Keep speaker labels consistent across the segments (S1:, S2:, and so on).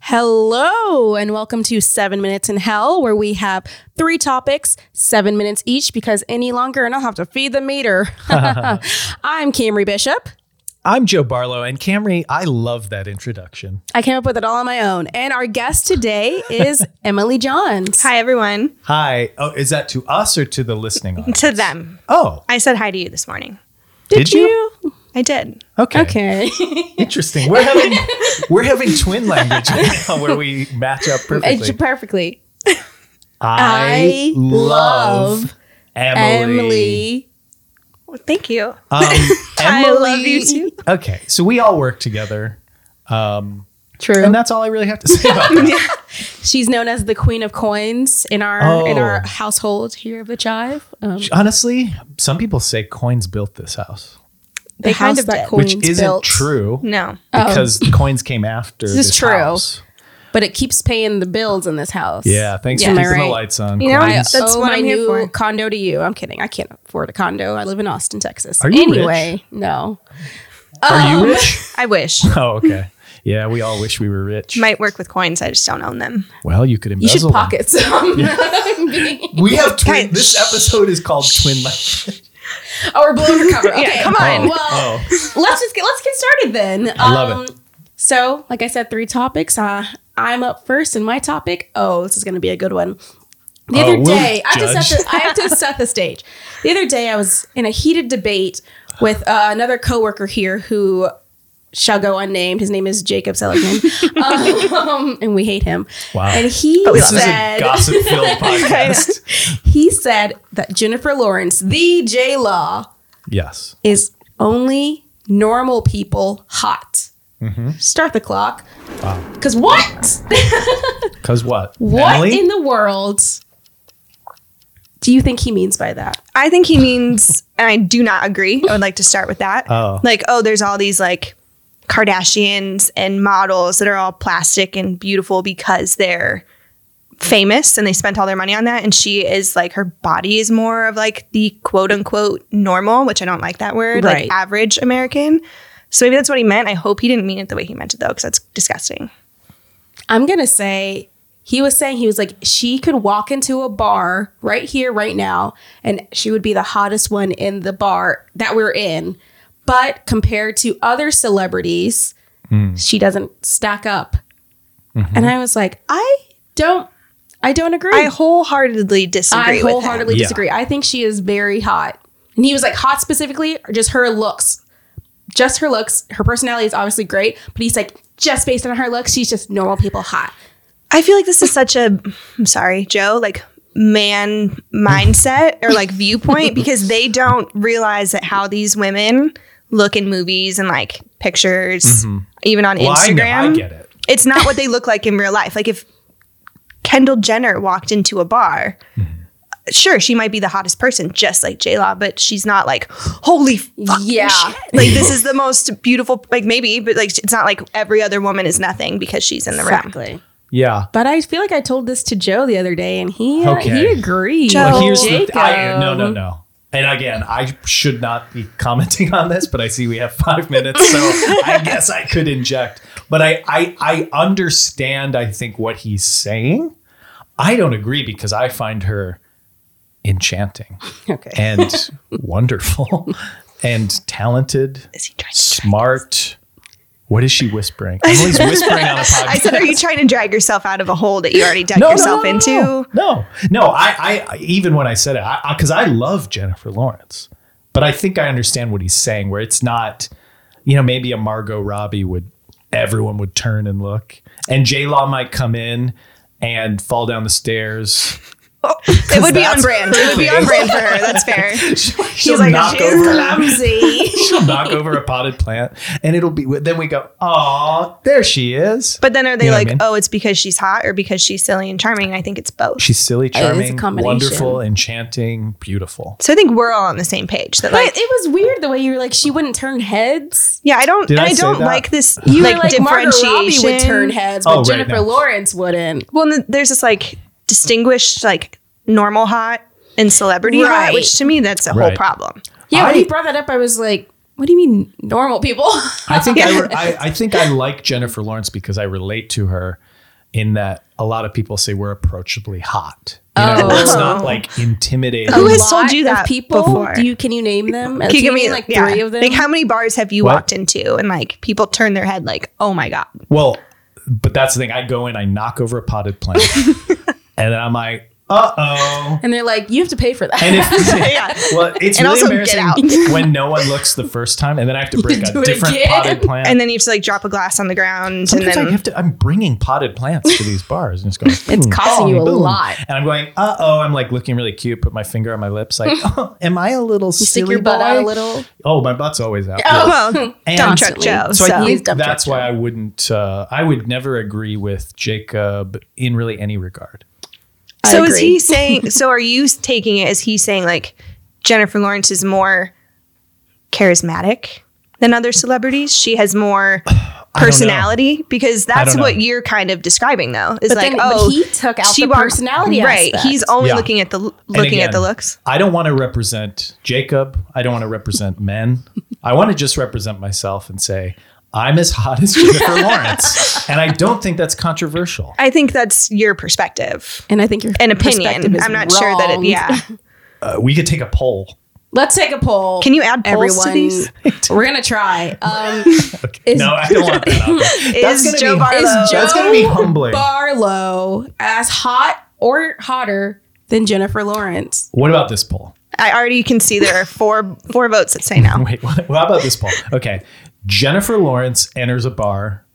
S1: Hello, and welcome to Seven Minutes in Hell, where we have three topics, seven minutes each, because any longer, and I'll have to feed the meter. I'm Camry Bishop.
S2: I'm Joe Barlow, and Camry, I love that introduction.
S1: I came up with it all on my own. And our guest today is Emily Johns.
S3: Hi, everyone.
S2: Hi. Oh, is that to us or to the listening audience?
S3: To them.
S2: Oh,
S3: I said hi to you this morning.
S2: did, you?
S3: I did.
S2: Okay.
S1: Okay.
S2: Interesting. We're having we're having twin language right now where we match up
S1: It's
S2: perfectly.
S1: perfectly. I
S2: I
S1: love
S2: love Emily.
S1: Emily.
S3: Well, thank you.
S2: Um,
S3: I love you too.
S2: Okay, so we all work together, um,
S1: True.
S2: and that's all I really have to say about that.
S1: She's known as the Queen of Coins in our in
S2: Oh.
S1: our household here of the Chive. Um,
S2: Honestly, some people say coins built this house,
S1: they
S3: house
S1: kind of
S3: that-
S1: that
S2: which
S1: coins
S2: isn't
S1: built,
S2: true.
S3: No.
S2: because the coins came after.
S1: This is true.
S2: house.
S1: but it keeps paying the bills in this house.
S2: Yeah, thanks
S1: Am
S2: for
S1: I
S2: keeping
S1: right?
S2: the lights on.
S3: You know,
S1: I
S2: coins.
S3: That's
S1: owe
S3: what
S1: my
S3: I'm here
S1: new
S3: for.
S1: condo to you. I'm kidding. I can't afford a condo. I live in Austin, Texas.
S2: Are you
S1: anyway, no.
S2: Are
S1: "Oh."
S2: you rich?
S3: I wish.
S2: Oh, okay. Yeah, we all wish we were rich.
S3: Might work with coins. I just don't own them.
S2: well, you could
S1: You
S2: embezzle.
S1: should
S2: them.
S1: pocket some.
S2: We have
S3: Guys,
S2: twin. This episode is called Twin Life.
S1: or blow under cover. Okay,
S3: come
S1: on.
S2: Oh,
S1: well,
S2: oh.
S1: let's just get let's get started then. Um,
S2: I love it.
S1: So, like I said, three topics. Uh, I'm up first, and my topic. Oh, this is going to be a good one. The
S2: Oh,
S1: other
S2: we'll
S1: day, I have, to set
S2: judge.
S1: the, I have to set the stage. The other day, I was in a heated debate with uh, another coworker here who shall go unnamed. His name is Jacob Seligman, um, and we hate him.
S2: Wow.
S1: And he
S2: Oh. This is a
S1: said,
S2: gossip-filled podcast.
S1: he said that Jennifer Lawrence, the J Law,
S2: yes.
S1: is only normal people hot. Start the clock. Because what?
S2: Because what?
S1: what
S2: Emily?
S1: in the world do you think he means by that?
S3: I think he means, and I do not agree. I would like to start with that.
S2: Oh.
S3: Like, oh, there's all these like Kardashians and models that are all plastic and beautiful because they're famous and they spent all their money on that. And she is like, her body is more of like the quote unquote normal, which I don't like that word,
S1: Right.
S3: like average American. So maybe that's what he meant. I hope he didn't mean it the way he meant it though, because that's disgusting.
S1: I'm going to say he was saying he was like, she could walk into a bar right here, right now, and she would be the hottest one in the bar that we're in. But compared to other celebrities, she doesn't stack up. And I was like, I don't, I don't agree.
S3: I wholeheartedly disagree.
S1: I
S3: with
S1: wholeheartedly
S2: Yeah.
S1: disagree. I think she is very hot. And he was like, hot specifically, or just her looks. Just her looks. Her personality is obviously great, but he's like, just based on her looks, she's just normal people hot.
S3: I feel like this is such a I'm sorry, Joe, like man mindset or like viewpoint because they don't realize that how these women look in movies and like pictures, even on
S2: Mm-hmm. Well, I know.
S3: Instagram.
S2: I get it.
S3: It's not what they look like in real life. Like if Kendall Jenner walked into a bar,
S2: Mm-hmm.
S3: sure, she might be the hottest person, just like J Law, but she's not like, holy fuck.
S1: Yeah.
S3: Like this is the most beautiful, like maybe, but like it's not like every other woman is nothing because she's in the room.
S1: Exactly.
S2: Yeah.
S1: But I feel like I told this to Joe the other day, and he uh,
S2: Okay.
S1: he agreed.
S3: Joe.
S2: Well,
S3: Oh,
S2: here's the th- I,
S1: Jacob.
S2: no, no, no. And again, I should not be commenting on this, but I see we have five minutes, so I guess I could inject. But I, I, I understand. I think what he's saying. I don't agree because I find her enchanting
S1: Okay.
S2: and wonderful and talented,
S3: Is he trying to
S2: smart. What is she whispering? Emily's whispering on a podcast.
S3: I said, are you trying to drag yourself out of a hole that you already dug yourself
S2: no,
S3: into?
S2: No, no, No, I, I, I- even when I said it, I, because I, love Jennifer Lawrence, but I think I understand what he's saying. Where it's not, you know, maybe a Margot Robbie would, everyone would turn and look, and J Law might come in and fall down the stairs.
S3: It would be on
S2: that's
S3: brand. It would be on brand for her. That's fair.
S2: She'll
S3: like,
S2: knock
S3: "She's
S2: over.
S1: Clumsy.
S2: She'll knock over a potted plant, and it'll be. Then we go, oh, there she is.
S3: But then are they
S2: You know what I mean?
S3: like, oh, it's because she's hot or because she's silly and charming? I think it's both.
S2: She's silly,
S1: is a
S2: charming,
S1: combination.
S2: wonderful, enchanting, beautiful.
S3: so I think we're all on the same page. That
S1: But
S3: like,
S1: it was weird the way you were like, she wouldn't turn heads.
S3: yeah, I don't,
S2: Did
S3: and
S2: I
S3: I,
S2: say
S3: don't
S2: that?
S3: like this
S1: You
S3: like
S1: were like, Margot
S3: differentiation.
S1: Robbie would turn heads, but
S2: Oh, right,
S1: Jennifer
S2: no.
S1: Lawrence wouldn't.
S3: Well, and there's this like distinguished like normal hot and celebrity
S1: Right.
S3: hot, which to me that's a whole
S2: Right.
S3: problem.
S1: Yeah, when
S2: I-
S1: he brought that up, I was like, What do you mean normal people?
S2: I think I, re- I, I think I like Jennifer Lawrence because I relate to her in that a lot of people say we're approachably hot. You know,
S1: Oh.
S2: it's not like intimidating.
S3: Who has
S1: Lot
S3: told you
S1: of
S3: that
S1: people?
S3: before?
S1: Do you can you name them?
S3: Can
S1: Can you name like
S3: yeah.
S1: three of them?
S3: Like how many bars have you
S2: What?
S3: walked into and like people turn their head like, oh my god,
S2: Well, but that's the thing. I go in, I knock over a potted plant, and then I'm like, uh oh.
S1: and they're like, you have to pay for that.
S2: And if
S3: Yeah.
S2: well, it's
S3: And
S2: really
S3: also get
S2: embarrassing when no one looks the first time, and then I have to bring
S1: do
S2: a
S1: it
S2: different
S1: again.
S2: potted plant.
S3: and then you have to like drop a glass on the ground
S2: Sometimes
S3: and
S2: I
S3: then
S2: have to. I'm bringing potted plants to these bars, and it's going. boom,
S1: costing you
S2: boom,
S1: a
S2: boom.
S1: lot.
S2: And I'm going. Uh oh. I'm like looking really cute. Put my finger on my lips. Like, oh, am I a little
S1: you
S2: silly
S1: stick your butt
S2: boy?
S1: out a little.
S2: Oh, my butt's always out.
S1: Oh.
S3: well,
S2: And-
S3: dump truck
S1: Constantly.
S3: Joe.
S2: So,
S3: So,
S2: I
S1: He's
S2: think
S1: dumb
S2: that's
S1: Jacob.
S2: why I wouldn't. Uh, I would never agree with Jacob in really any regard.
S1: I
S3: so is
S1: agree.
S3: he saying? So are you taking it as he's saying like Jennifer Lawrence is more charismatic than other celebrities? She has more personality because that's
S2: don't know.
S3: what you're kind of describing though. Is
S1: But
S3: like
S1: then but
S3: oh
S1: he took out the
S3: walked-
S1: personality
S3: right?
S1: aspect.
S3: He's only
S2: Yeah.
S3: looking at the looking
S2: And
S3: at the
S2: again,
S3: looks.
S2: I don't want to represent Jacob. I don't want to represent men. I want to just represent myself and say I'm as hot as Jennifer Lawrence, and I don't think that's controversial.
S3: I think that's your perspective,
S1: and I think your
S3: an opinion.
S1: perspective is
S3: I'm not sure that it.
S1: wrong.
S3: Yeah,
S2: Uh, we could take a poll.
S1: Let's take a poll.
S3: Can you add polls to
S1: everyone?
S3: these?
S1: We're gonna try. Um, is,
S2: No, I don't want that. Out there. That's
S3: is
S2: gonna
S3: Joe
S2: be-
S3: Barlow?
S1: is Joe
S2: That's gonna be humbling.
S1: Barlow as hot or hotter than Jennifer Lawrence?
S2: What about this poll?
S3: I already can see there are four four votes that say no.
S2: Wait, what, well, how about this poll? Okay. Jennifer Lawrence enters a bar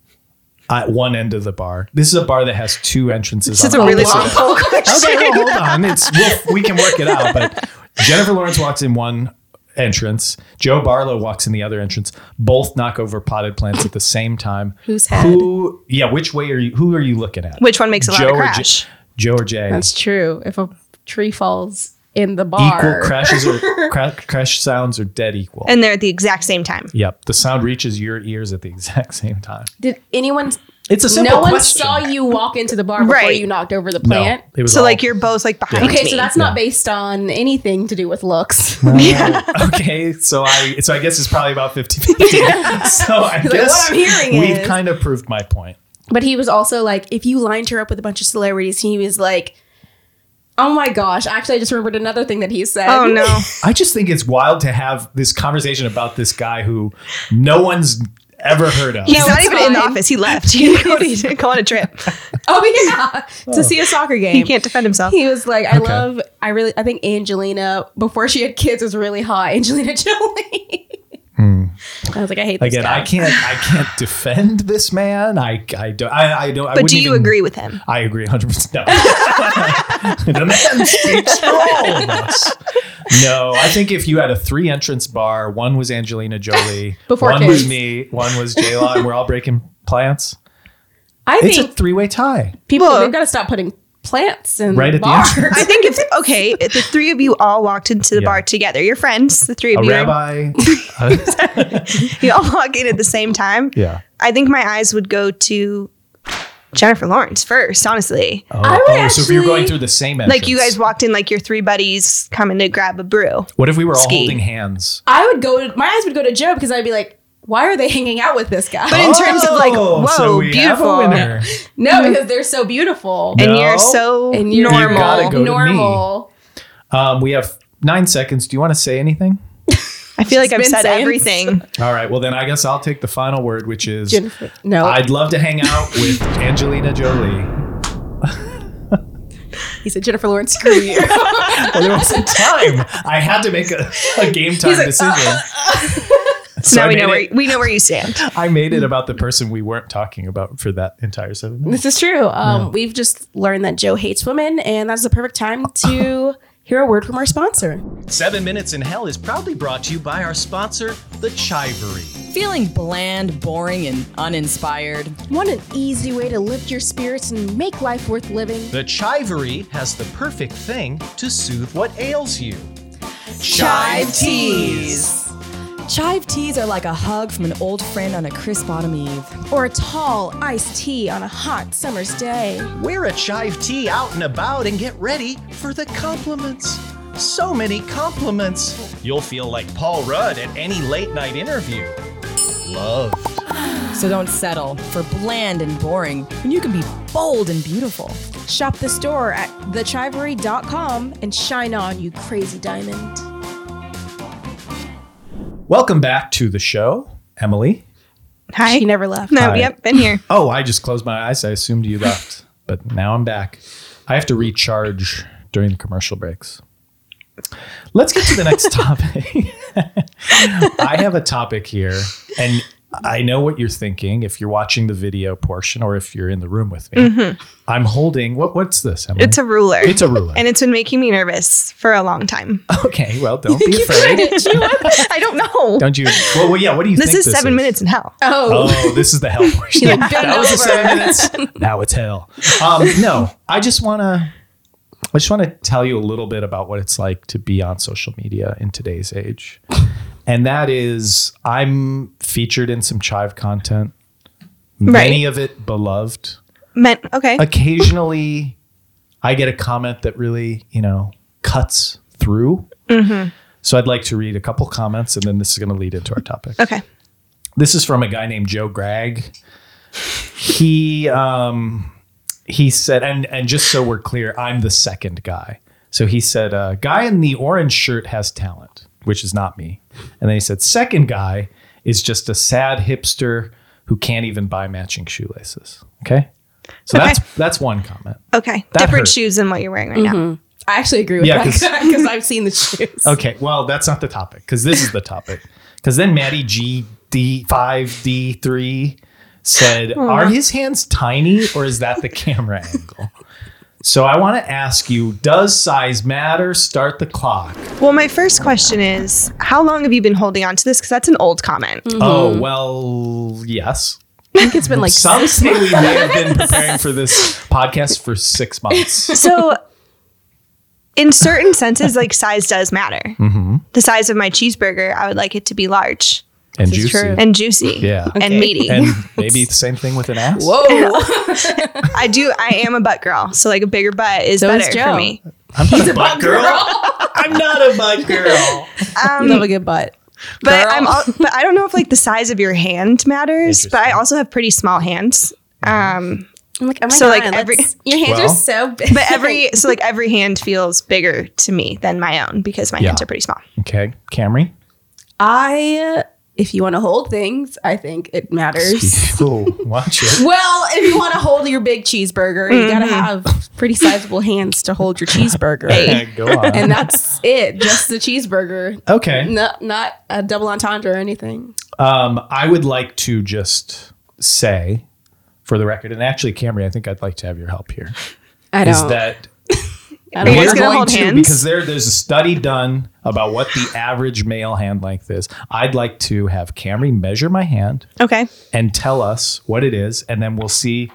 S2: at one end of the bar. This is a bar that has two entrances.
S3: This is a
S2: on
S3: really
S2: opposite
S3: long
S2: ends.
S3: poll question.
S2: Okay, well, hold on. It's, we'll, we can work it out. But Jennifer Lawrence walks in one entrance. Joe Barlow walks in the other entrance. Both knock over potted plants at the same time.
S1: Whose head?
S2: Who? Yeah. Which way are you? Who are you looking at?
S3: Which one makes a
S2: Joe
S3: louder
S2: or J-
S3: crash?
S2: Joe or Jay?
S1: That's true. If a tree falls in the
S2: equal
S1: bar,
S2: crashes or cra- crash sounds are dead equal.
S3: and they're at the exact same time.
S2: Yep, the sound reaches your ears at the exact same time.
S1: did anyone?
S2: It's a simple
S1: No one
S2: question.
S1: saw you walk into the bar before
S3: Right.
S1: you knocked over the
S2: No,
S1: plant.
S2: it was
S3: So
S2: all-
S3: like you're both like behind
S1: Okay,
S3: me.
S1: so that's not based on anything to do with looks.
S2: yeah. okay, so I so I guess it's probably about 50-50. so I
S1: Like,
S2: guess
S1: what I'm hearing
S2: we've
S1: is-
S2: kind of proved my point.
S1: But he was also like, if you lined her up with a bunch of celebrities, he was like, oh my gosh. Actually, I just remembered another thing that he said.
S3: oh no.
S2: I just think it's wild to have this conversation about this guy who no one's ever heard of.
S3: He's
S1: No,
S3: not
S1: it's
S3: even in the
S1: fine.
S3: office. He left. He had to go, to go on a trip.
S1: oh yeah. To see a soccer
S3: He
S1: game.
S3: can't defend himself.
S1: He was like, I
S2: Okay.
S1: love, I really, I think Angelina, before she had kids, was really hot. Angelina Jolie. I was like, I hate this
S2: Hmm. Again,
S1: guy.
S2: I can't I can't defend this man. I I don't I, I don't I
S3: But
S2: wouldn't
S3: do you
S2: even-
S3: agree with him?
S2: I agree 100%. No. the man speaks for all of us. No, I think if you had a three entrance bar, one was Angelina Jolie,
S1: Before
S2: one
S1: kids.
S2: was me, one was J Law, and we're all breaking plants.
S1: I
S2: It's a
S1: think
S2: three way tie.
S1: people,
S3: Well-
S1: they've got to stop putting plants in
S2: Right at the
S1: bars.
S2: entrance.
S3: I think if okay, if the three of you all walked into the
S2: Yeah.
S3: bar together, your friends, the three of
S2: A
S3: you,
S2: rabbi.
S3: you all walk in at the same time.
S2: yeah.
S3: I think my eyes would go to Jennifer Lawrence first, honestly.
S2: Oh,
S1: I would
S2: oh, so if you're going
S1: actually-
S2: through the same entrance.
S3: like you guys walked in like your three buddies coming to grab a brew.
S2: What if we were all
S3: ski.
S2: holding hands?
S1: I would go, to, my eyes would go to Joe because I'd be like, why are they hanging out with this guy?
S3: But in terms of like,
S2: Oh,
S3: whoa,
S2: so we have a
S3: beautiful.
S2: winner.
S1: no, because they're so beautiful.
S3: And you're
S2: No.
S3: so
S1: and you're
S2: You
S3: normal.
S2: gotta go to me.
S1: normal.
S2: Um, we have nine seconds. Do you want to say anything?
S3: I feel like I've
S1: Been
S3: said
S1: saying
S3: everything.
S2: All right. Well, then I guess I'll take the final word, which is
S1: Jennifer. No,
S2: I'd love to hang out with Angelina Jolie.
S1: he said Jennifer Lawrence. Screw you.
S2: Well, there wasn't time. I had to make a, a game time
S1: He's like,
S2: decision.
S3: So,
S2: I
S3: now we
S2: made
S3: know
S2: it-
S3: where we know where you stand.
S2: I made it about the person we weren't talking about for that entire seven minutes.
S1: this is true. Um, We've just learned that Joe hates women, and that's the perfect time to hear a word from our sponsor.
S2: Seven Minutes in Hell is proudly brought to you by our sponsor, The Chivery.
S4: Feeling bland, boring, and uninspired?
S1: Want an easy way to lift your spirits and make life worth living?
S2: The Chivery has the perfect thing to soothe what ails you.
S4: Chive teas. Chive teas are like a hug from an old friend on a crisp autumn eve.
S1: Or a tall iced tea on a hot summer's day?
S2: Wear a chive tea out and about and get ready for the compliments. so many compliments. You'll feel like Paul Rudd at any late night interview. Love.
S4: So don't settle for bland and boring when you can be bold and beautiful.
S1: Shop the store at thechivery.com and shine on, you crazy diamond.
S2: Welcome back to the show, Emily.
S3: Hi.
S1: She never left.
S3: No,
S2: Hi.
S3: yep, been here.
S2: Oh, I just closed my eyes. I assumed you left, but now I'm back. I have to recharge during the commercial breaks. Let's get to the next topic. I have a topic here, and I know what you're thinking if you're watching the video portion or if you're in the room with me. I'm holding what? What's this? Emily?
S3: Mm-hmm. It's a ruler.
S2: It's a ruler.
S3: And it's been making me nervous for a long time.
S2: okay. Well, don't be afraid.
S3: I don't know.
S2: Don't you? Well, well, yeah. What do you
S3: this
S2: think?
S3: is seven minutes in hell.
S1: Oh,
S2: Oh, this is the hell portion.
S1: like, bend
S2: that was the
S1: over.
S2: seven minutes. Now it's hell. Um, no, I just want to. I just want to tell you a little bit about what it's like to be on social media in today's age. And that is, I'm featured in some Chive content, many of it beloved.
S3: Meant okay.
S2: Occasionally, I get a comment that really, you know, cuts through.
S1: Mm-hmm.
S2: So I'd like to read a couple comments and then this is going to lead into our topic.
S3: okay.
S2: This is from a guy named Joe Gregg. He um, he said, and and just so we're clear, I'm the second guy. So he said, uh, guy in the orange shirt has talent, which is not me. And then he said, second guy is just a sad hipster who can't even buy matching shoelaces. Okay, so
S3: Okay.
S2: that's that's one comment.
S3: Okay.
S2: That
S3: Different
S2: hurt.
S3: shoes than what you're wearing right now.
S1: I actually agree with
S2: Yeah,
S1: that because I've seen the shoes.
S2: Okay, well that's not the topic because this is the topic. Because then Maddie G D five D three said, "Are his hands tiny or is that the camera angle?" So I want to ask you: Does size matter? Start the clock.
S3: Well, my first question is how long have you been holding on to this? Because that's an old comment.
S1: Mm-hmm.
S2: Oh well, yes.
S1: I think it's been like
S2: Some say we may have been preparing for this podcast for six months.
S3: So, in certain senses, like size does matter.
S2: Mm-hmm.
S3: The size of my cheeseburger, I would like it to be large
S2: And
S1: This is
S2: juicy,
S1: true.
S2: and,
S3: and juicy
S2: Yeah.
S3: and meaty.
S2: maybe the same thing with an ass.
S1: Whoa.
S3: I do. I am a butt girl, so like a bigger butt is
S1: So is
S3: better
S1: Joe.
S3: for me.
S2: I'm not a butt girl. I'm not a butt girl.
S1: I love a good butt.
S3: But
S1: Girl.
S3: I'm. All, but I don't know if like the size of your hand matters. But I also have pretty small hands.
S2: Mm-hmm.
S3: Um,
S1: I'm like, oh my
S3: So,
S1: God,
S3: like, every-
S1: let's- your hands
S2: Well-
S1: are so big.
S3: but every so like every hand feels bigger to me than my own because my hands
S2: Yeah.
S3: are pretty small.
S2: Okay, Camry.
S1: I, if you want to hold things, I think it matters.
S2: Oh, watch it.
S1: Well, if you want to hold your big cheeseburger, you gotta have pretty sizable hands to hold your cheeseburger.
S2: Go on.
S1: And that's it, just the cheeseburger.
S2: okay.
S1: Not not a double entendre or anything.
S2: Um, I would like to just say, for the record, and actually, Camry, I think I'd like to have your help here.
S1: I
S2: Is
S1: don't.
S2: that
S1: I
S3: Oh. Are
S1: don't
S3: you guys
S1: want
S3: gonna
S1: to-
S3: hold hands?
S2: because there there's a study done about what the average male hand length is. I'd like to have Camry measure my hand
S3: Okay.
S2: and tell us what it is, and then we'll see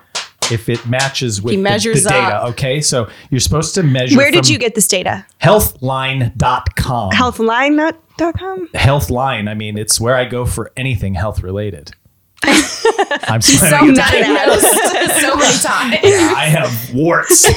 S2: if it matches with the-
S1: measures
S2: the, data.
S1: up.
S2: Okay, so you're supposed to measure.
S3: Where did
S2: from
S3: you get this data?
S2: Healthline.com.
S3: Healthline.com?
S2: Healthline. I mean, it's where I go for anything health related. I'm sorry.
S1: so diagnosed so many times.
S2: I have warts.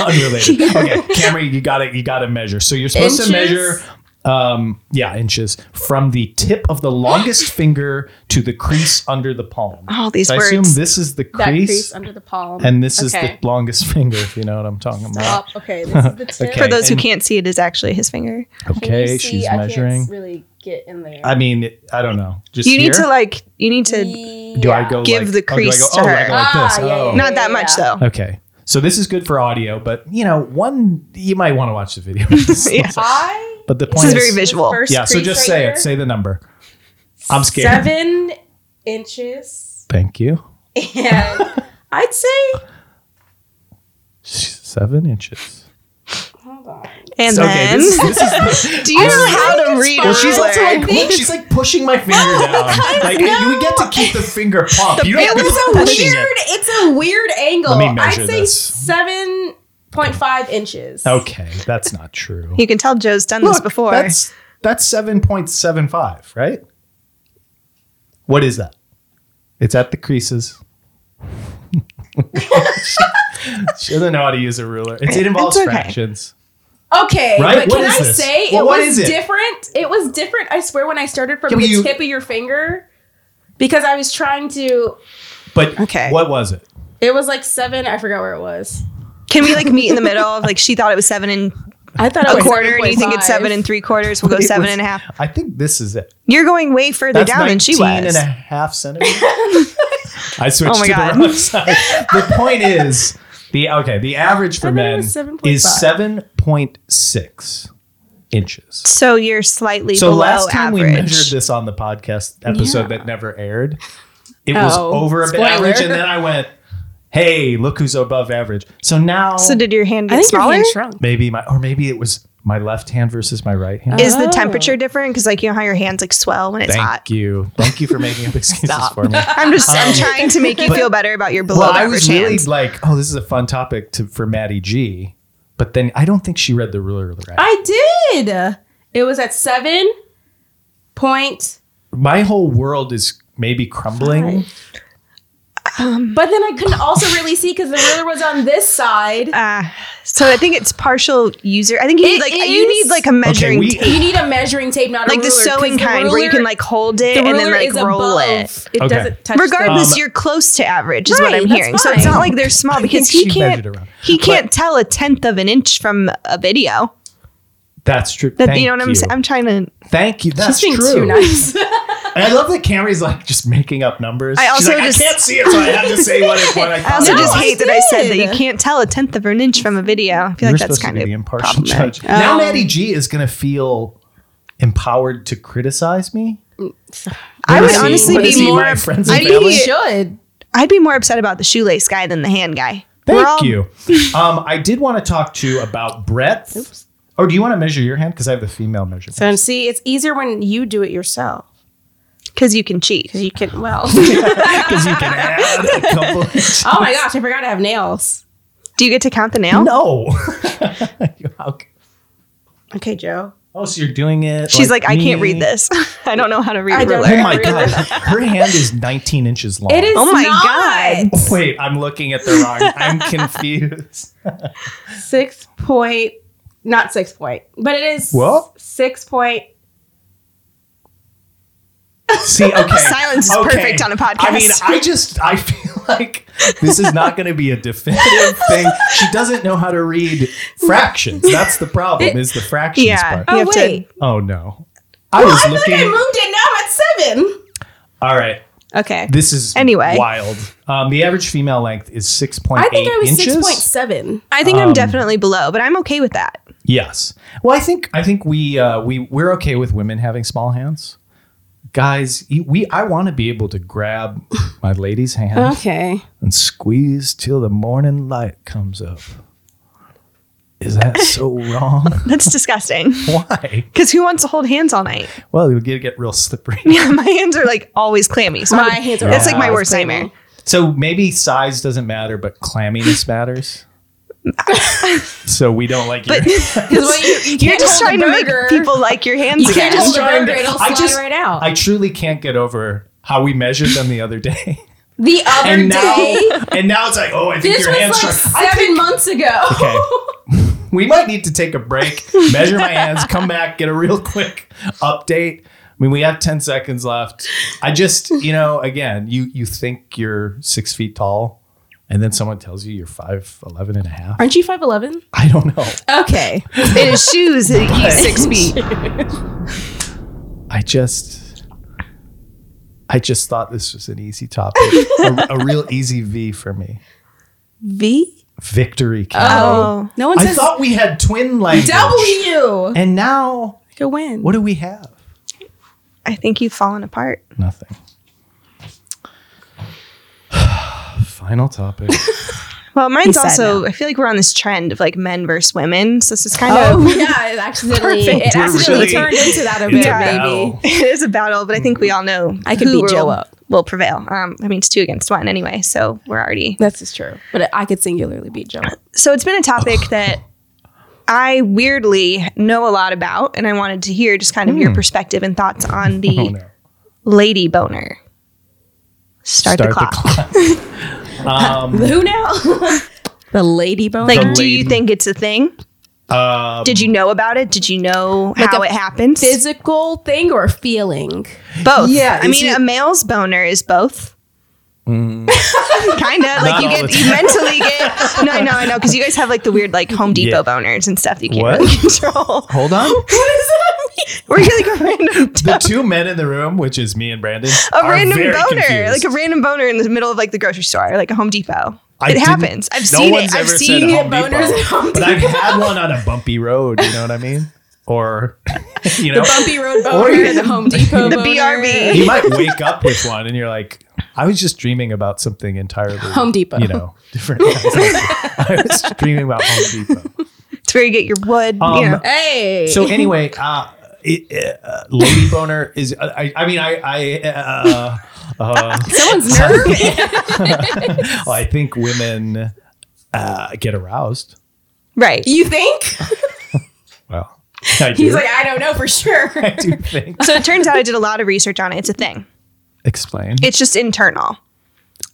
S2: Unrelated. Okay, Camry, you got to you got to measure. So you're supposed to
S1: Inches?
S2: measure, um, yeah, inches from the tip of the longest finger to the crease under the palm.
S3: All these
S2: So I
S3: words.
S2: assume this is the
S1: That
S2: crease,
S1: crease under the palm.
S2: and this
S1: Okay.
S2: is the longest finger. If you know what I'm talking about.
S1: Up. Okay, this is the tip.
S2: Okay.
S3: For those who
S2: and-
S3: can't see, it is actually his finger.
S1: Can
S2: Okay,
S1: you
S2: she's
S1: see? I
S2: measuring.
S1: Can't really get in there.
S2: I mean, I don't know. Just
S3: You need
S2: here?
S3: to like you need to
S2: Do I go like-
S3: Give the
S2: oh, do I
S3: crease
S2: go-
S3: to
S2: oh, do I
S3: her.
S2: go like this?
S1: Ah, yeah, yeah,
S2: Oh.
S1: yeah.
S3: not that much though.
S2: Okay. So this is good for audio, but you know, one you might want to watch the video.
S3: Yeah.
S1: I.
S2: But the point
S3: This
S2: is,
S3: is very visual.
S1: first
S2: Yeah, so
S1: crease
S2: just
S1: right
S2: say
S1: here.
S2: it. Say the number. I'm scared.
S1: seven inches,
S2: Thank you.
S1: and I'd say.
S2: Seven inches.
S1: Hold on.
S3: And
S2: So,
S3: then
S2: this, this is
S3: do you know how to read a
S2: well, she's also
S3: ruler?
S2: like she's like pushing my finger down. Like we get to keep the finger pop. You don't
S1: It
S2: have to
S1: was
S2: keep
S1: a
S2: pushing
S1: weird.
S2: it.
S1: It's a weird angle.
S2: Let me
S1: I'd
S2: measure
S1: say
S2: this.
S1: seven point five inches.
S2: Okay, that's not true.
S3: You can tell Joe's done this
S2: Look,
S3: before.
S2: That's that's seven point seven five, right? What is that? It's at the creases. she doesn't know how to use a ruler. It's, it involves
S3: It's okay.
S2: fractions.
S1: Okay,
S2: Right?
S1: but
S2: What
S1: can
S2: is
S1: I
S2: this?
S1: say
S2: Well,
S1: it
S2: what
S1: was
S2: is it?
S1: different? It was different. I swear, when I started from
S2: Yeah, but
S1: the
S2: you-
S1: tip of your finger, because I was trying to.
S2: But
S1: Okay.
S2: what was it?
S1: It was like seven. I forgot where it was.
S3: Can we like meet in the middle? Of, like she thought it was seven and
S1: I thought it
S3: a
S1: was
S3: quarter, and you think it's
S1: 7.5.
S3: seven and three quarters. We'll go
S2: It
S3: seven
S2: was-
S3: and a half.
S2: I think this is it.
S3: You're going way further
S2: That's
S3: down than she
S2: 19
S3: was.
S2: and a half centimeters. I switched
S3: Oh my
S2: to
S3: God.
S2: the wrong side. The point is the okay, the average for
S1: I thought it
S2: men
S1: was
S2: is
S1: 7.5.
S2: 7.6 inches.
S3: so you're slightly
S2: So
S3: below
S2: last time
S3: average.
S2: we measured this on the podcast episode that never aired, it was
S1: Oh,
S2: over a bit
S1: spoiler.
S2: average, and then I went, "Hey, look who's above average." So now
S3: so did your hand
S1: I
S3: get
S1: think your
S3: smaller?
S1: hand shrunk.
S2: maybe my or maybe it was my left hand versus my right hand.
S3: Is the
S1: Oh.
S3: temperature different? Because like you know how your hands like swell when it's
S2: Thank
S3: hot.
S2: you, thank you for making up excuses for me.
S3: I'm just I'm trying to make you feel better about your below
S2: Well, I
S3: average
S2: was really
S3: hands.
S2: like, "Oh, this is a fun topic to, for Maddie G," but then I don't think she read the ruler right.
S1: I did. It was at seven point.
S2: my whole world is maybe crumbling.
S1: But then I couldn't also really see because the ruler was on this side.
S3: Uh, so I think it's partial user. I think you need
S1: It
S3: like you
S1: is-
S3: need like a measuring
S2: we-
S3: tape.
S1: you need a measuring tape, not a
S3: Like the
S1: ruler, 'cause
S3: sewing
S1: the
S3: kind where you
S1: ruler-
S3: can like hold it
S1: the
S3: and then
S1: ruler
S3: like
S1: is
S3: roll
S1: above.
S3: it.
S1: It
S2: Okay.
S1: doesn't touch. the-
S3: Regardless,
S2: Um,
S3: you're close to average is
S1: Right,
S3: what I'm
S1: that's
S3: hearing. So it's not
S1: fine.
S3: like they're small because
S2: think
S3: he
S2: she
S3: can't
S2: measured around.
S3: he can't tell a tenth of an inch from a video.
S2: That's true.
S3: That
S2: Thank
S3: you know what I'm saying? I'm trying to
S2: Thank you. That's
S1: She's being
S2: true.
S1: too nice.
S2: And I love that Cameron's like just making up numbers.
S3: I
S2: She's
S3: also
S2: like,
S3: just-
S2: I can't see it, so I have to say what, it, what I
S3: I
S2: thought.
S3: also
S2: it
S3: just
S2: was.
S1: I
S3: hate that I said that
S1: did.
S3: you can't tell a tenth of an inch from a video. I feel
S2: You're
S3: like that's
S2: supposed to
S3: kind
S2: be
S3: of
S2: the impartial
S3: problematic. Oh.
S2: judge. now Maddie G is going to feel empowered to criticize me.
S3: I
S2: What
S3: would
S2: is he-
S3: honestly
S2: what is
S3: be
S2: he,
S3: more.
S2: my friends and
S3: I'd
S2: family?
S3: be,
S1: should.
S3: I'd be more upset about the shoelace guy than the hand guy. We're
S2: Thank
S3: all-
S2: you. Um, I did want to talk to you about breadth. Or do you want to measure your hand? Because I have the female measurement.
S1: So see, it's easier when you do it yourself.
S3: because you can cheat.
S1: You can well.
S2: Because you can add a couple.
S1: oh my gosh, I forgot to have nails.
S3: Do you get to count the nail?
S2: No. How c-
S1: Okay, Joe.
S2: oh, so you're doing it.
S3: She's like, I can't
S2: me.
S3: read this. I don't know how to read
S1: I
S3: a
S1: don't-
S3: ruler.
S2: Oh my god, her hand is 19 inches long.
S1: It is.
S3: Oh my
S1: not.
S3: God.
S2: Wait, I'm looking at the wrong. I'm confused.
S1: Six point, not six point, but it is
S2: What?
S1: six point.
S2: See, okay.
S3: Silence is perfect on a podcast.
S2: I mean, I just I feel like this is not going to be a definitive thing. She doesn't know how to read fractions. That's the problem. Is the fractions
S3: Yeah.
S2: part?
S3: You
S1: Oh
S3: have to-
S1: wait. Oh,
S2: Oh no. I was
S1: I feel
S2: looking.
S1: like I moved it. Now I'm at seven.
S2: All right,
S1: Okay.
S2: this is
S3: Anyway.
S2: wild. Um, the average female length is six point
S1: I
S2: eight
S1: think I was
S2: inches.
S1: six point seven.
S3: I think I'm definitely below, but I'm okay with that.
S2: Yes. Well, I think I think we uh, we we're okay with women having small hands. Guys, y- we I want to be able to grab my lady's hand
S1: Okay.
S2: and squeeze till the morning light comes up. Is that so wrong?
S3: That's disgusting.
S2: Why?
S3: Because who wants to hold hands all night?
S2: Well, it'll get, get real slippery.
S3: Yeah, my hands are like always clammy. So
S1: My
S3: I'm-
S1: hands are
S3: That's like my
S1: always
S3: worst
S1: clammy.
S3: nightmare.
S2: So maybe size doesn't matter, but clamminess matters. so we don't like your.
S3: But
S1: Because when you, you
S3: you're
S1: can't
S3: just
S1: hold
S3: trying
S1: a
S3: to make
S1: burger-
S3: people like your hands
S1: You can't
S3: again.
S1: hold a
S2: trying
S1: burger;
S2: to-
S1: it'll
S2: I
S1: slide
S2: just-
S1: right out.
S2: I truly can't get over how we measured them the other day.
S1: the other
S2: and now,
S1: day,
S2: and now it's like, oh, I think
S1: this
S2: your
S1: was like
S2: hands
S1: seven months ago.
S2: Okay. We might need to take a break, measure my hands, come back, get a real quick update. I mean, we have 10 seconds left. I just, you know, again, you you think you're six feet tall, and then someone tells you you're five, 11 and a half.
S1: Aren't you five eleven?
S2: I don't know.
S1: Okay.
S3: In his shoes, he's six feet.
S2: I just, I just thought this was an easy topic, a, a real easy V for me.
S1: V.
S2: Victory. count.
S3: Oh.
S1: No one
S2: I
S1: says
S2: thought we had twin language.
S1: W.
S2: And now,
S1: Go win.
S2: what do we have?
S3: I think you've fallen apart.
S2: Nothing. Final topic.
S3: Well, mine's
S1: sad
S3: also, I feel like we're on this trend of like men versus women. So this is kind
S1: Oh
S3: of,
S1: yeah, it accidentally
S3: Perfect.
S1: it
S2: We're
S1: accidentally
S2: really-
S1: turned into that a
S2: It's
S1: bit,
S2: a
S1: baby.
S2: battle.
S3: it is a battle, but I think we all know
S1: I could
S3: who
S1: beat Joe
S3: will-
S1: up.
S3: will prevail. Um, I mean, it's two against one anyway. So we're already
S1: That's just true. But I could singularly beat Joe.
S3: so it's been a topic that I weirdly know a lot about, and I wanted to hear just kind of your perspective and thoughts on the
S2: Hmm. Oh, no.
S3: lady boner. Start, the clock.
S1: Who now? the lady bone.
S3: Like,
S2: The
S3: do you
S2: lady- Um,
S3: think it's a thing? Did you know about it? Did you know
S1: Like
S3: how
S1: a
S3: it happens?
S1: Physical thing or feeling?
S3: both.
S5: Yeah,
S3: I
S5: is
S3: mean,
S5: it-
S3: a male's boner is both. kind of like
S2: Hmm.
S3: you
S2: all
S3: get
S2: the
S3: you mentally get no I know I know because you guys have like the weird like Home Depot
S2: Yeah.
S3: boners and stuff that you can't
S2: What?
S3: really control
S5: Hold on.
S3: or you get like a random
S2: The two men in the room, which is me and Brandon,
S3: a
S2: are
S3: random
S2: very
S3: boner
S2: confused.
S3: like a random boner in the middle of like the grocery store like a Home Depot
S2: I
S3: it
S2: didn't-
S3: happens I've
S2: no
S3: seen
S2: one's
S3: it I've
S2: ever
S3: seen
S2: said
S3: it
S2: Home
S1: boners
S2: Depot,
S1: at Home
S2: but I've had one on a bumpy road. You know what I mean? Or you know,
S1: Bumpy road boner and the Home Depot
S3: the
S1: boner.
S3: BRB
S2: you might wake up with one, and you're like, I was just dreaming about something entirely
S1: Home Depot.
S2: You know, different. I was dreaming about Home Depot.
S3: it's where you get your wood
S2: Um,
S3: you know
S1: Hey.
S2: So anyway, uh, it, uh, lady boner is. uh, I, I mean, I. I uh, uh,
S1: someone's nerve.
S2: well, I think women uh, get aroused.
S3: right
S1: You think?
S2: Well, I do,
S1: He's like, I don't know for sure.
S2: I do think.
S3: so it turns out I did a lot of research on it it's a thing
S2: Explain.
S3: it's just internal.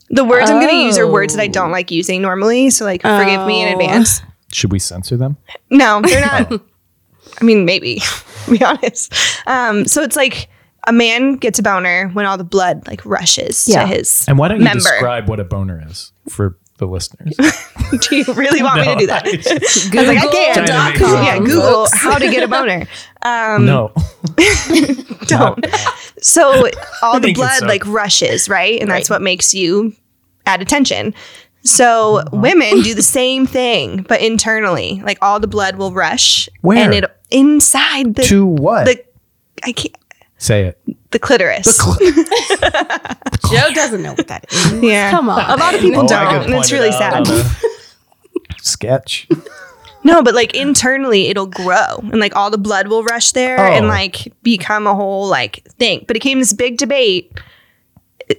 S3: The words I'm going to use are words that I
S1: Oh.
S3: don't like using normally, so like forgive me in
S1: Oh.
S3: advance.
S2: Should we censor them?
S3: No, they're not. I mean, maybe. to be honest. Um, so it's like a man gets a boner when all the blood like rushes
S1: Yeah.
S3: to his.
S2: And why don't you
S3: member.
S2: describe what a boner is for the listeners?
S3: do you really want me to do that? I, was like, I can't.
S2: Dynamite.
S1: Google.com.
S3: yeah, Google how to get a boner.
S2: no,
S3: Um, Don't. So all the
S2: think it's
S3: blood
S2: so.
S3: like rushes, right? And that's what makes you at attention. So women do the same thing, but internally, like all the blood will rush,
S2: Where?
S3: and it inside the
S2: to what?
S3: the I can't
S2: Say it.
S3: the clitoris.
S1: Joe doesn't know what that is.
S3: yeah,
S1: Come on.
S3: A lot of people
S2: Oh, I could
S3: don't, and
S2: point
S3: it's
S2: it
S3: really
S2: out on
S3: sad.
S2: a Sketch.
S3: No, but like internally, it'll grow, and like all the blood will rush there, and
S2: Oh.
S3: like become a whole like thing. But it came this big debate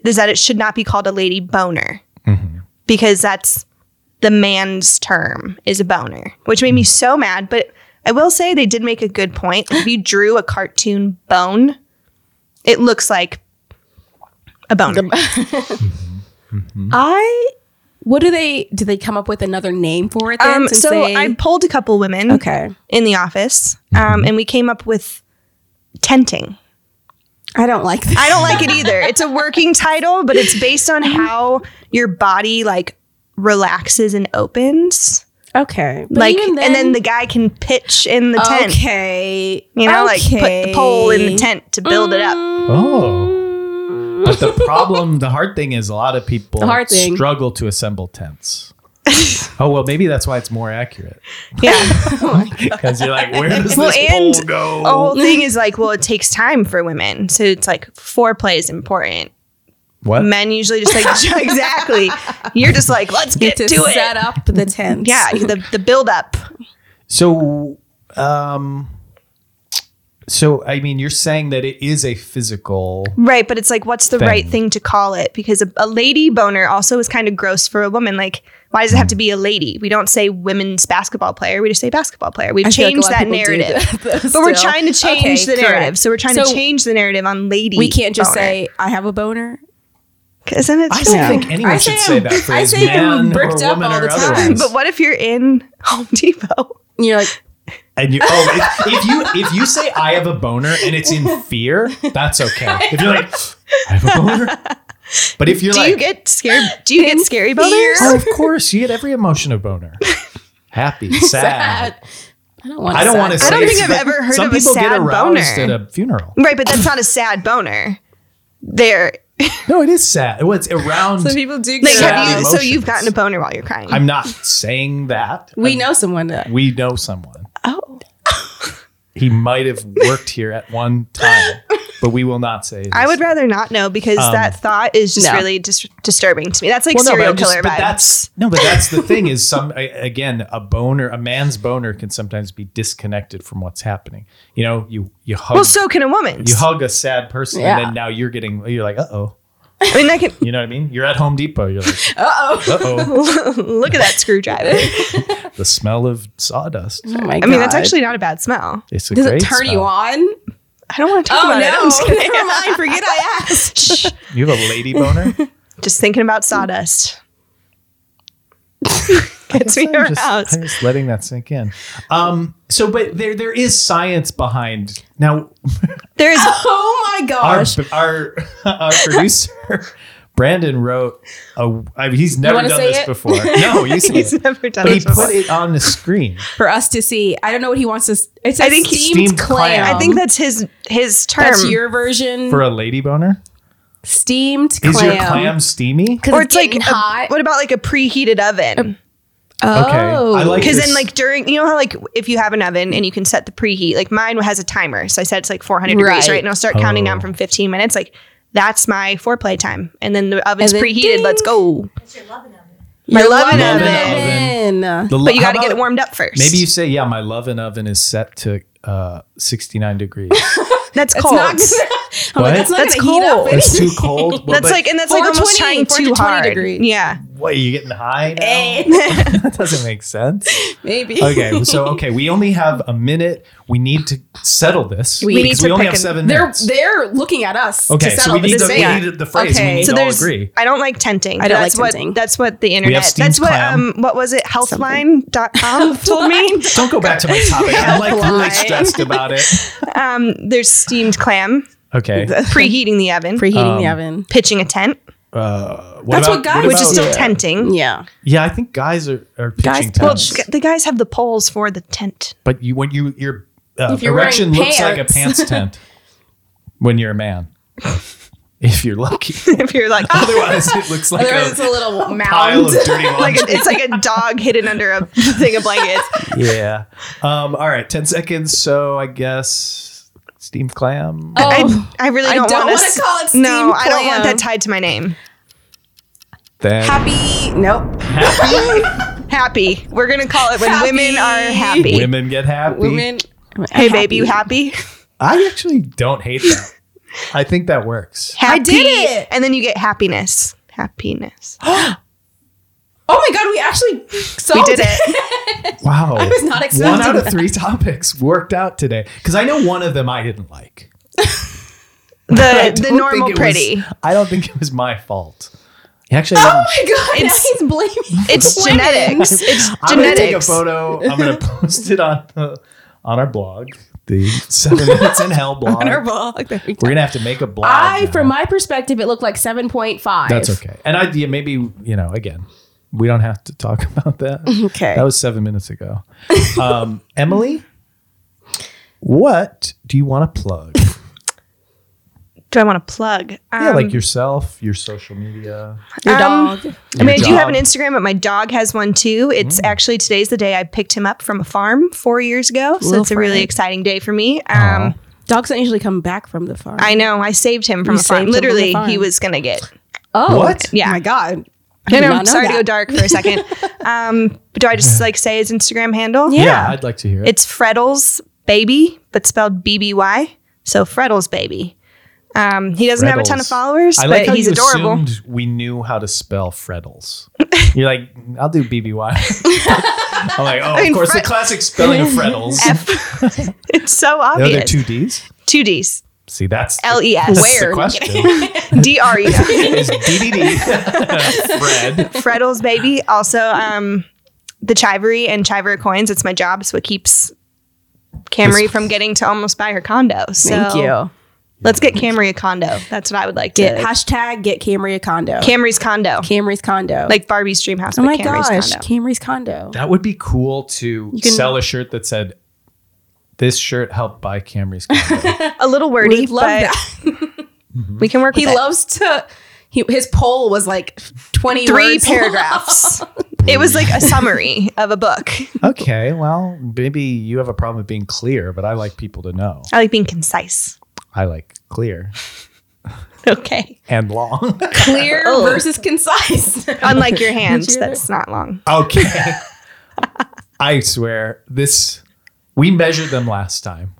S3: is that it should not be called a lady boner because that's the man's term is a boner, which made me so mad. But I will say they did make a good point. If you drew a cartoon bone, it looks like a boner.
S1: I. What do they? Do they come up with another name for it? Then,
S3: Um,
S1: since
S3: so
S1: they-
S3: I polled a couple women.
S1: Okay.
S3: in the office, um, and we came up with tenting.
S1: I don't like that.
S3: I don't like it either. It's a working title, but it's based on how your body like relaxes and opens.
S1: Okay. But
S3: Like,
S1: even
S3: and then the guy can pitch in the tent.
S1: Okay.
S3: You know, like put the pole in the tent to build it
S1: Mm.
S3: up.
S2: Oh. But the problem, the hard thing is a lot of people
S1: hard thing.
S2: struggle to assemble tents. oh, well, maybe that's why it's more accurate.
S3: Yeah.
S2: Because you're like, where does
S3: Well,
S2: this
S3: and
S2: pole go?
S3: the whole thing is like, well, it takes time for women. So it's like foreplay is important.
S2: what?
S3: Men usually just like, exactly. You're just like, let's
S1: Get
S3: get
S1: to
S3: to
S1: set
S3: it.
S1: up the tent.
S3: Yeah. The, the build up.
S2: So, um, so I mean, you're saying that it is a physical.
S3: Right, but it's like, what's the
S2: thing.
S3: right thing to call it? Because a, a lady boner also is kind of gross for a woman. Like, why does it have to be a lady? We don't say women's basketball player. We just say basketball player. We've
S1: I feel like a
S3: changed
S1: lot of
S3: that
S1: people do
S3: narrative.
S1: that, though,
S3: but we're
S1: still.
S3: trying to change
S1: Okay,
S3: the narrative.
S1: correct.
S3: So we're trying
S1: So
S3: to change the narrative on lady.
S1: We can't just
S3: boner.
S1: say I have a boner.
S3: Isn't it
S2: I
S3: just
S2: don't
S1: Yeah.
S2: think anyone
S1: I
S2: should
S1: say
S2: say
S1: I'm-
S2: that
S1: I
S2: phrase,
S1: say I'm
S2: man or
S1: bricked up
S2: woman
S1: all
S2: or
S1: the time,
S2: otherwise.
S3: But what if you're in Home Depot?
S1: And you're like,
S2: And you, oh, if, if you if you say I have a boner and it's in fear, that's okay. If you're like I have a boner, but if you're
S3: Do
S2: like,
S3: you get scared? Do you get scary boners?
S2: oh, of course, you get every emotion of boner, happy, sad.
S1: sad. I don't want.
S2: I don't want to.
S1: to.
S2: say
S3: don't think
S2: it's-
S3: I've
S2: but
S3: ever heard
S2: some
S3: of a
S2: people
S3: sad
S2: get aroused
S3: boner.
S2: at a funeral.
S3: Right, but that's not a sad boner. There,
S2: No, it is sad. Well, it's around.
S1: Some people do.
S3: like,
S1: Get
S2: Sad
S3: have you? So
S2: emotions.
S3: you've gotten a boner while you're crying.
S2: I'm not saying that.
S1: we know someone that.
S2: We know someone.
S3: oh.
S2: He might have worked here at one time, but we will not say.
S3: I would rather not know because that thought is just
S1: no.
S3: really dis- disturbing to me. That's like
S2: Well, no, but,
S3: serial
S2: I'm just-
S3: killer
S2: but
S3: vibes.
S2: that's no, but that's the thing is some a- again a boner, a man's boner can sometimes be disconnected from what's happening. You know, you you hug
S3: well, so can a woman's.
S2: you hug a sad person,
S1: Yeah.
S2: and then now you're getting you're like uh oh,
S3: I mean, I can
S2: you know what I mean? You're at Home Depot, you're like uh oh,
S3: look at that screwdriver.
S2: the smell of sawdust.
S1: Oh my
S3: I mean, that's actually not a bad smell.
S2: It's a
S1: Does
S2: great
S1: it turn you
S2: smell.
S1: on?
S3: I don't want to talk
S1: Oh
S3: about it. I'm just
S1: no!
S3: kidding.
S1: Never mind. Forget I asked.
S3: Shh.
S2: You have a lady boner.
S3: Just thinking about sawdust. gets me
S2: I'm just,
S3: aroused.
S2: I'm just letting that sink in. Um, so, but there there is science behind now.
S3: There is
S1: Oh my
S2: Our
S1: gosh.
S2: our, our producer Brandon wrote. A, I mean, he's never
S1: wanna
S2: done
S1: say
S2: this
S1: it?
S2: before. No, you say
S3: he's
S2: it.
S3: never done
S2: But he
S3: it before.
S2: put it on the screen.
S1: For us to see. I don't know what he wants us. It says
S3: I think he-
S1: steamed,
S2: Steamed
S1: clam.
S2: clam.
S3: I think that's um, his his term.
S1: that's your version.
S2: for a lady boner?
S1: steamed
S2: Is
S1: clam.
S2: your clam steamy?
S1: Cause
S3: or it's like
S1: getting
S3: a-
S1: hot.
S3: what about like a preheated oven?
S1: oh.
S2: I like
S3: Because then,
S2: this.
S3: like during, you know how like if you have an oven and you can set the preheat, like mine has a timer, so I said it's like 400 degrees,
S1: Right.
S3: right? And I'll start counting down
S2: Oh.
S3: from 15 minutes. Like that's my foreplay time, and then the oven's
S1: And then
S3: preheated.
S1: ding.
S3: Let's go.
S1: Your
S3: My loving
S1: loving
S2: oven.
S1: oven.
S2: The
S3: But
S2: lo-
S3: you
S2: how
S3: got to get
S2: about-
S3: it warmed up first.
S2: Maybe you say, yeah, my loving oven is set to uh, 69 degrees.
S3: that's
S1: It's
S3: cold.
S1: not gonna, I'm like,
S2: What?
S1: that's not
S3: That's
S1: gonna heat up
S3: cold.
S1: any-
S2: It's too cold. Well,
S3: that's
S2: but
S3: like, and that's like almost
S1: 420,
S3: trying too
S1: 420
S3: hard.
S1: degrees.
S3: Yeah,
S2: what, are you getting high now? that doesn't make sense.
S1: Maybe.
S2: Okay, so, okay, we only have a minute. We need to settle this.
S1: We
S2: because
S3: need to
S2: only
S3: pick
S2: have
S3: an-
S2: seven
S1: They're
S2: minutes.
S1: they're looking at us
S2: Okay,
S1: to
S2: so
S1: settle
S2: we need,
S1: this
S2: the, we
S1: debate.
S2: need the phrase.
S1: Okay.
S2: We need
S1: So
S2: to all
S3: there's.
S2: agree.
S3: I don't like tenting.
S1: I don't
S3: that's
S1: like
S3: what,
S1: tenting.
S3: That's what the internet.
S2: steamed
S3: That's what
S2: clam.
S3: um. What was it? Healthline.com told me.
S2: Don't go back to my topic. I'm like really stressed about it.
S3: Um. There's steamed clam.
S2: Okay.
S3: Preheating the oven. um,
S1: Preheating the oven.
S3: pitching a tent,
S2: Uh,
S1: That's what guys-
S3: which is
S1: about-
S3: still
S1: Yeah.
S3: tenting.
S1: Yeah.
S2: Yeah, I think guys are, are pitching
S1: Guys
S2: tents.
S3: Well, g- the guys have the poles for the tent.
S2: But you, when you your uh,
S1: If you're wearing
S2: erection looks like a pants tent when you're a man, if you're lucky.
S3: if you're like, "Oh,
S2: Otherwise, it looks like
S1: Otherwise, it's
S2: a
S1: a little
S2: pile
S1: mound.
S2: of dirty
S3: like
S2: laundry.
S3: a, it's like a dog hidden under a thing of blankets.
S2: yeah. Um, all right, ten seconds. So I guess steamed clam.
S1: Oh,
S3: I, I really
S1: I
S3: don't,
S1: don't
S3: want
S1: wanna
S3: to
S1: call it steamed
S3: No, I don't
S1: clam.
S3: want that tied to my name.
S2: Then-
S1: happy. Nope.
S3: Happy. We're gonna call it when women are happy.
S2: women get happy.
S1: Women.
S3: Hey, baby, you happy?
S2: I actually don't hate that. I think that works.
S3: happy?
S1: did it.
S3: And then you get happiness. Happiness.
S1: Oh my god, we actually
S3: We
S1: solved
S3: did
S1: it.
S3: it.
S2: Wow. I
S1: was not expecting
S2: One out of
S1: that.
S2: three topics worked out today because I know one of them I didn't like. I
S3: The
S2: don't
S3: the
S2: think
S3: normal
S2: it was-
S3: pretty.
S2: I don't think it was my fault. Actually, I
S1: Oh
S2: didn't-
S1: my god,
S3: It's-
S1: now he's blaming.
S3: It's
S1: Women.
S3: genetics. It's
S2: I'm gonna take a
S3: genetics.
S2: photo. I'm gonna post it on uh, on our blog, the Seven Minutes in Hell blog. We're gonna have to make a blog.
S1: I,
S2: now.
S1: from my perspective, it looked like seven point five.
S2: that's okay. And I yeah, maybe you know again, we don't have to talk about that.
S1: Okay.
S2: that was seven minutes ago. Um, Emily, what do you want to plug?
S3: Do I want to plug? Um,
S2: yeah, like yourself, your social media.
S1: Your
S3: Um,
S1: dog.
S3: I mean,
S2: Your
S3: I do have an
S2: dog.
S3: Instagram, but my dog has one too. It's
S1: Mm.
S3: actually today's the day I picked him up from a farm four years ago. So
S1: Little
S3: it's a really
S1: Frank.
S3: exciting day for me. Um,
S1: Dogs don't usually come back from the farm.
S3: I know I saved him from
S1: You
S3: a
S1: saved
S3: farm.
S1: him from the
S3: Literally,
S1: farm.
S3: he was going to get.
S1: oh,
S2: What?
S1: Yeah. my god.
S3: No,
S1: did
S3: no,
S1: not know
S3: sorry to go
S1: that.
S3: dark for a second. um, but do I just like say his Instagram handle?
S1: Yeah.
S2: I'd like to hear it.
S3: It's Freddles Baby, but spelled B B Y. So Freddles Baby. Um, he doesn't have a ton
S2: Freddles.
S3: of followers,
S2: I
S3: but
S2: like how
S3: he's
S2: you
S3: adorable.
S2: assumed we knew how to spell Freddles. You're like, I'll do BBY. I'm like, oh,
S3: mean,
S2: of course,
S3: Fred-
S2: the classic spelling of Freddles.
S3: It's so
S2: the other
S3: obvious.
S2: two D's.
S3: two D's.
S2: See, that's
S3: L E
S2: that's
S3: S.
S2: the
S1: Where?
S2: question.
S3: D R E.
S2: Is DDD Fred?
S3: Freddles baby. Also, um, the Chivery and Chivery coins. It's my job. It's what keeps Camry from getting to almost buy her condo. So
S1: Thank you.
S3: Let's get Camry a condo. That's what I would like to.
S1: Get hashtag get Camry a condo.
S3: Camry's condo,
S1: Camry's condo.
S3: like Barbie's dream house.
S1: oh
S3: but
S1: my
S3: Camry's
S1: gosh,
S3: condo.
S1: Camry's condo.
S2: That would be cool to
S1: can-
S2: sell a shirt that said, "This shirt helped buy Camry's." condo."
S3: a little wordy,
S1: We
S3: but
S1: love that.
S3: we can work.
S1: He
S3: with it.
S1: loves to. He, his poll was like twenty
S3: three
S1: words.
S3: paragraphs. it was like a summary of a book.
S2: okay, well, maybe you have a problem with being clear, but I like people to know.
S3: I like being concise.
S2: I like clear
S3: Okay,
S2: and long.
S1: Clear
S3: Oh.
S1: versus concise.
S3: unlike your hand,
S1: Did you-
S3: that's not long.
S2: Okay. I swear this. We measured them last time.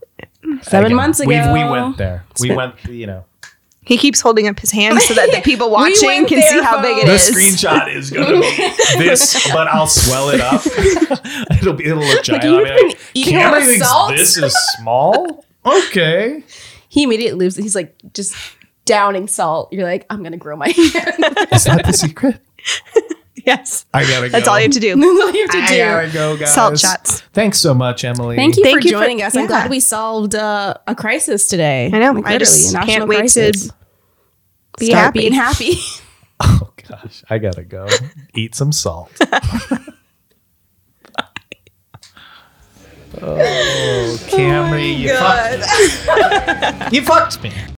S1: Seven months
S2: We,
S1: ago.
S2: we went there. We went. You know,
S3: He keeps holding up his hand so that the people watching
S1: went
S3: can see
S1: there,
S3: how big it
S2: the
S3: is.
S2: screenshot is going to be this, but I'll swell it up. it'll be. It'll look giant.
S1: you've
S2: I mean,
S1: been eating
S2: Cameron
S1: all the
S2: thinks
S1: salt?
S2: This is small. Okay.
S1: He immediately leaves. He's like just downing salt. You're like, I'm gonna grow my hair.
S2: Is that the secret?
S3: yes.
S2: I gotta
S3: That's all you have to do.
S1: That's all you have to
S2: I
S1: do.
S2: gotta go, guys.
S3: Salt shots.
S2: Thanks so much, Emily.
S1: Thank you
S3: Thank
S1: for
S3: you for-
S1: joining us. I'm
S3: yeah.
S1: glad we solved uh, a crisis today.
S3: I know.
S1: Like,
S3: I just
S1: literally, a
S3: can't
S1: national
S3: wait to
S1: crisis.
S3: be
S1: start
S3: happy.
S1: being happy.
S2: Oh gosh, I gotta go eat some salt.
S3: Oh
S2: oh, Camry, you fucked. me. You fucked me.